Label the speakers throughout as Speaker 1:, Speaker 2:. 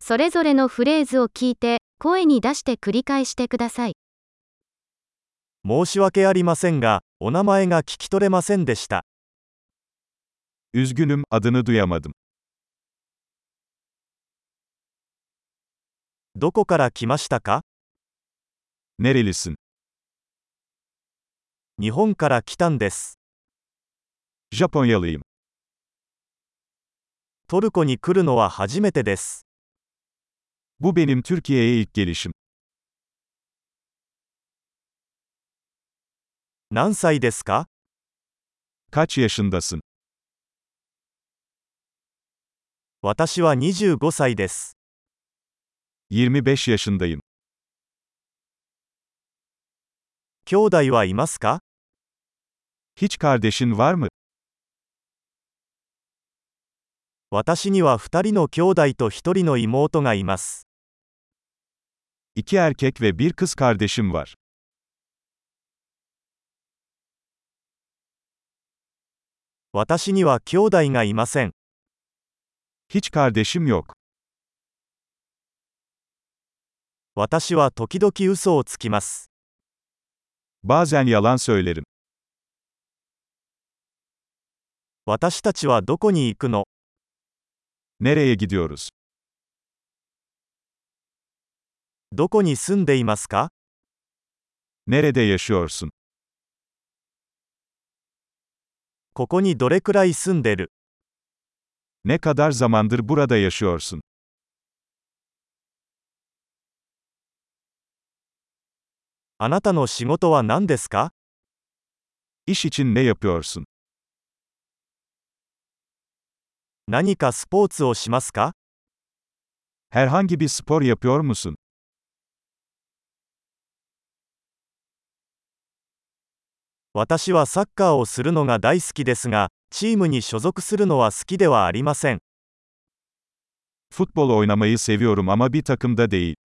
Speaker 1: それぞれのフレーズを聞いて、声に出して繰り返してください。
Speaker 2: 申し訳ありませんが、お名前が聞き取れませんでした。
Speaker 3: Üzgünüm, adını duyamadım.
Speaker 2: どこから来ましたか
Speaker 3: Nerelisin?
Speaker 2: 日本から来たんです。
Speaker 3: Japonyalıyım.
Speaker 2: トルコに来るのは初めてです。
Speaker 3: Bu benim Türkiye'ye ilk gelişim.
Speaker 2: 何歳ですか
Speaker 3: Kaç yaşındasın?
Speaker 2: 私は25歳です。
Speaker 3: 25 yaşındayım.
Speaker 2: 兄弟はいますか
Speaker 3: Hiç kardeşin var mı?
Speaker 2: 私には2人の兄弟と1人の妹がいます。
Speaker 3: İki erkek ve bir kız kardeşim var.
Speaker 2: 私には兄弟がいません。
Speaker 3: Hiç kardeşim yok.
Speaker 2: 私は時々嘘をつきます。
Speaker 3: Bazen yalan söylerim.
Speaker 2: 私たちはどこに行くの
Speaker 3: Nereye gidiyoruz?
Speaker 2: どこに住んでいますか
Speaker 3: Nerede yaşıyorsun?
Speaker 2: ここにどれくらい住んでる
Speaker 3: Ne kadar zamandır burada yaşıyorsun?
Speaker 2: あなたの仕事は何ですか
Speaker 3: İş için ne yapıyorsun?
Speaker 2: 何かスポーツをしますか
Speaker 3: Herhangi bir spor yapıyor musun?
Speaker 2: 私はサッカーをするのが大好きですが、チームに所属するのは好きではありません。
Speaker 3: Futbol oynamayı seviyorum ama bir takımda değil.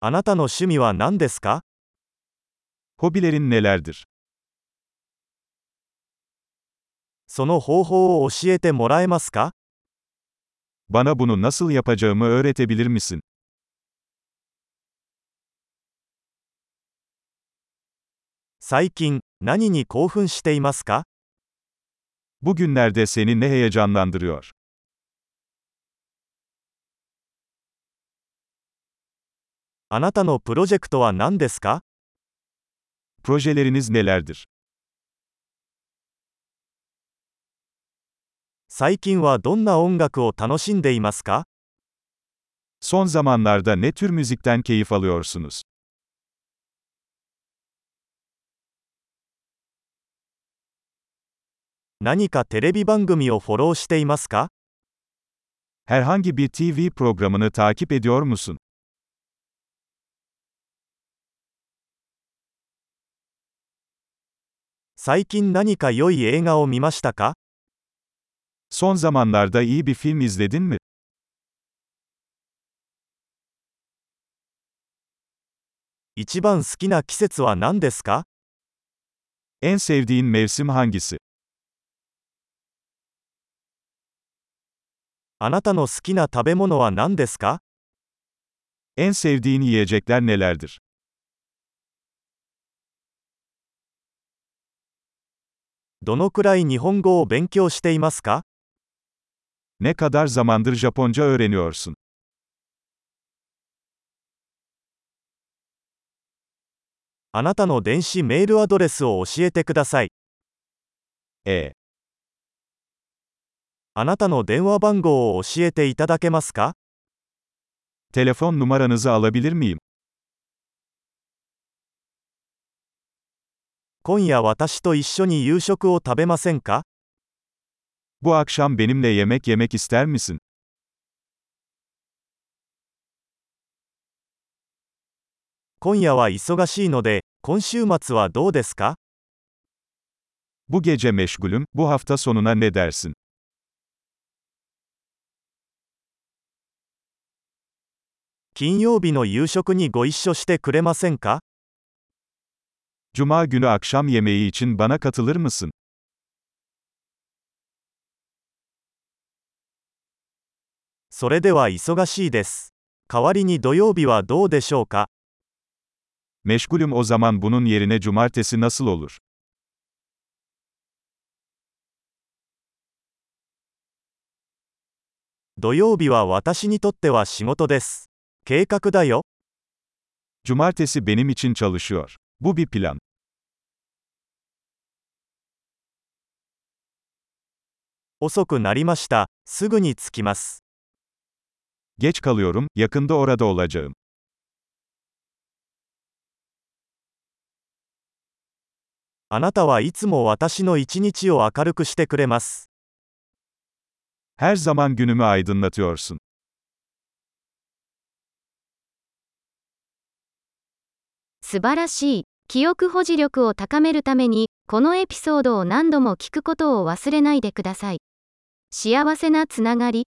Speaker 2: あなたの趣味は何ですか
Speaker 3: Hobilerin nelerdir?
Speaker 2: その方法を教えてもらえますか
Speaker 3: Bana bunu nasıl yapacağımı öğretebilir misin?
Speaker 2: 最近、何に興奮していますか
Speaker 3: Bugünlerde seni ne heyecanlandırıyor?
Speaker 2: あなたのプロジェクトは何ですか
Speaker 3: Projeleriniz nelerdir?
Speaker 2: 最近はどんな音楽を楽しんでいますか
Speaker 3: Son zamanlarda ne tür müzikten keyif alıyorsunuz?
Speaker 2: 何かテレビ番組をフォローしていますか
Speaker 3: Herhangi bir TV programını takip ediyor musun?
Speaker 2: 最近何か良い映画を見ましたか
Speaker 3: Son zamanlarda iyi bir film izledin mi?
Speaker 2: 一番好きな季節は何ですか
Speaker 3: En sevdiğin mevsim hangisi?
Speaker 2: あなたの好きな食べ物は何ですか
Speaker 3: En sevdiğin yiyecekler nelerdir?
Speaker 2: どのくらい日本語を勉強していますか
Speaker 3: Ne kadar zamandır Japonca öğreniyorsun?
Speaker 2: あなたの電子メールアドレスを教えてください。
Speaker 3: E,
Speaker 2: あなたの電話番号を教えていただけますか
Speaker 3: telefon numaranızı alabilir miyim?
Speaker 2: 今夜私と一緒に夕食を食べませんか
Speaker 3: Bu akşam benimle yemek yemek ister misin?
Speaker 2: 今夜は忙しいので、今週末はどうですか
Speaker 3: Bu gece meşgulüm, bu hafta sonuna ne dersin?
Speaker 2: 金曜日の夕食にご一緒してくれませんか
Speaker 3: Cuma günü akşam yemeği için bana katılır mısın?
Speaker 2: それでは忙しいです。代わりに土曜日はどうでしょうか
Speaker 3: Meşgulüm o zaman bunun yerine cumartesi nasıl olur?
Speaker 2: 土曜日は私にとっては仕事です。計画だよ。
Speaker 3: Cumartesi benim için çalışıyor. Bu bir plan.
Speaker 2: 遅くなりました。すぐに着きます。
Speaker 3: Geç kalıyorum, yakında orada olacağım.
Speaker 2: あなたはいつも私の一日を明るくしてくれます。
Speaker 3: Her zaman günümü aydınlatıyorsun.
Speaker 1: 素晴らしい。記憶保持力を高めるために、このエピソードを何度も聞くことを忘れないでください。幸せなつながり。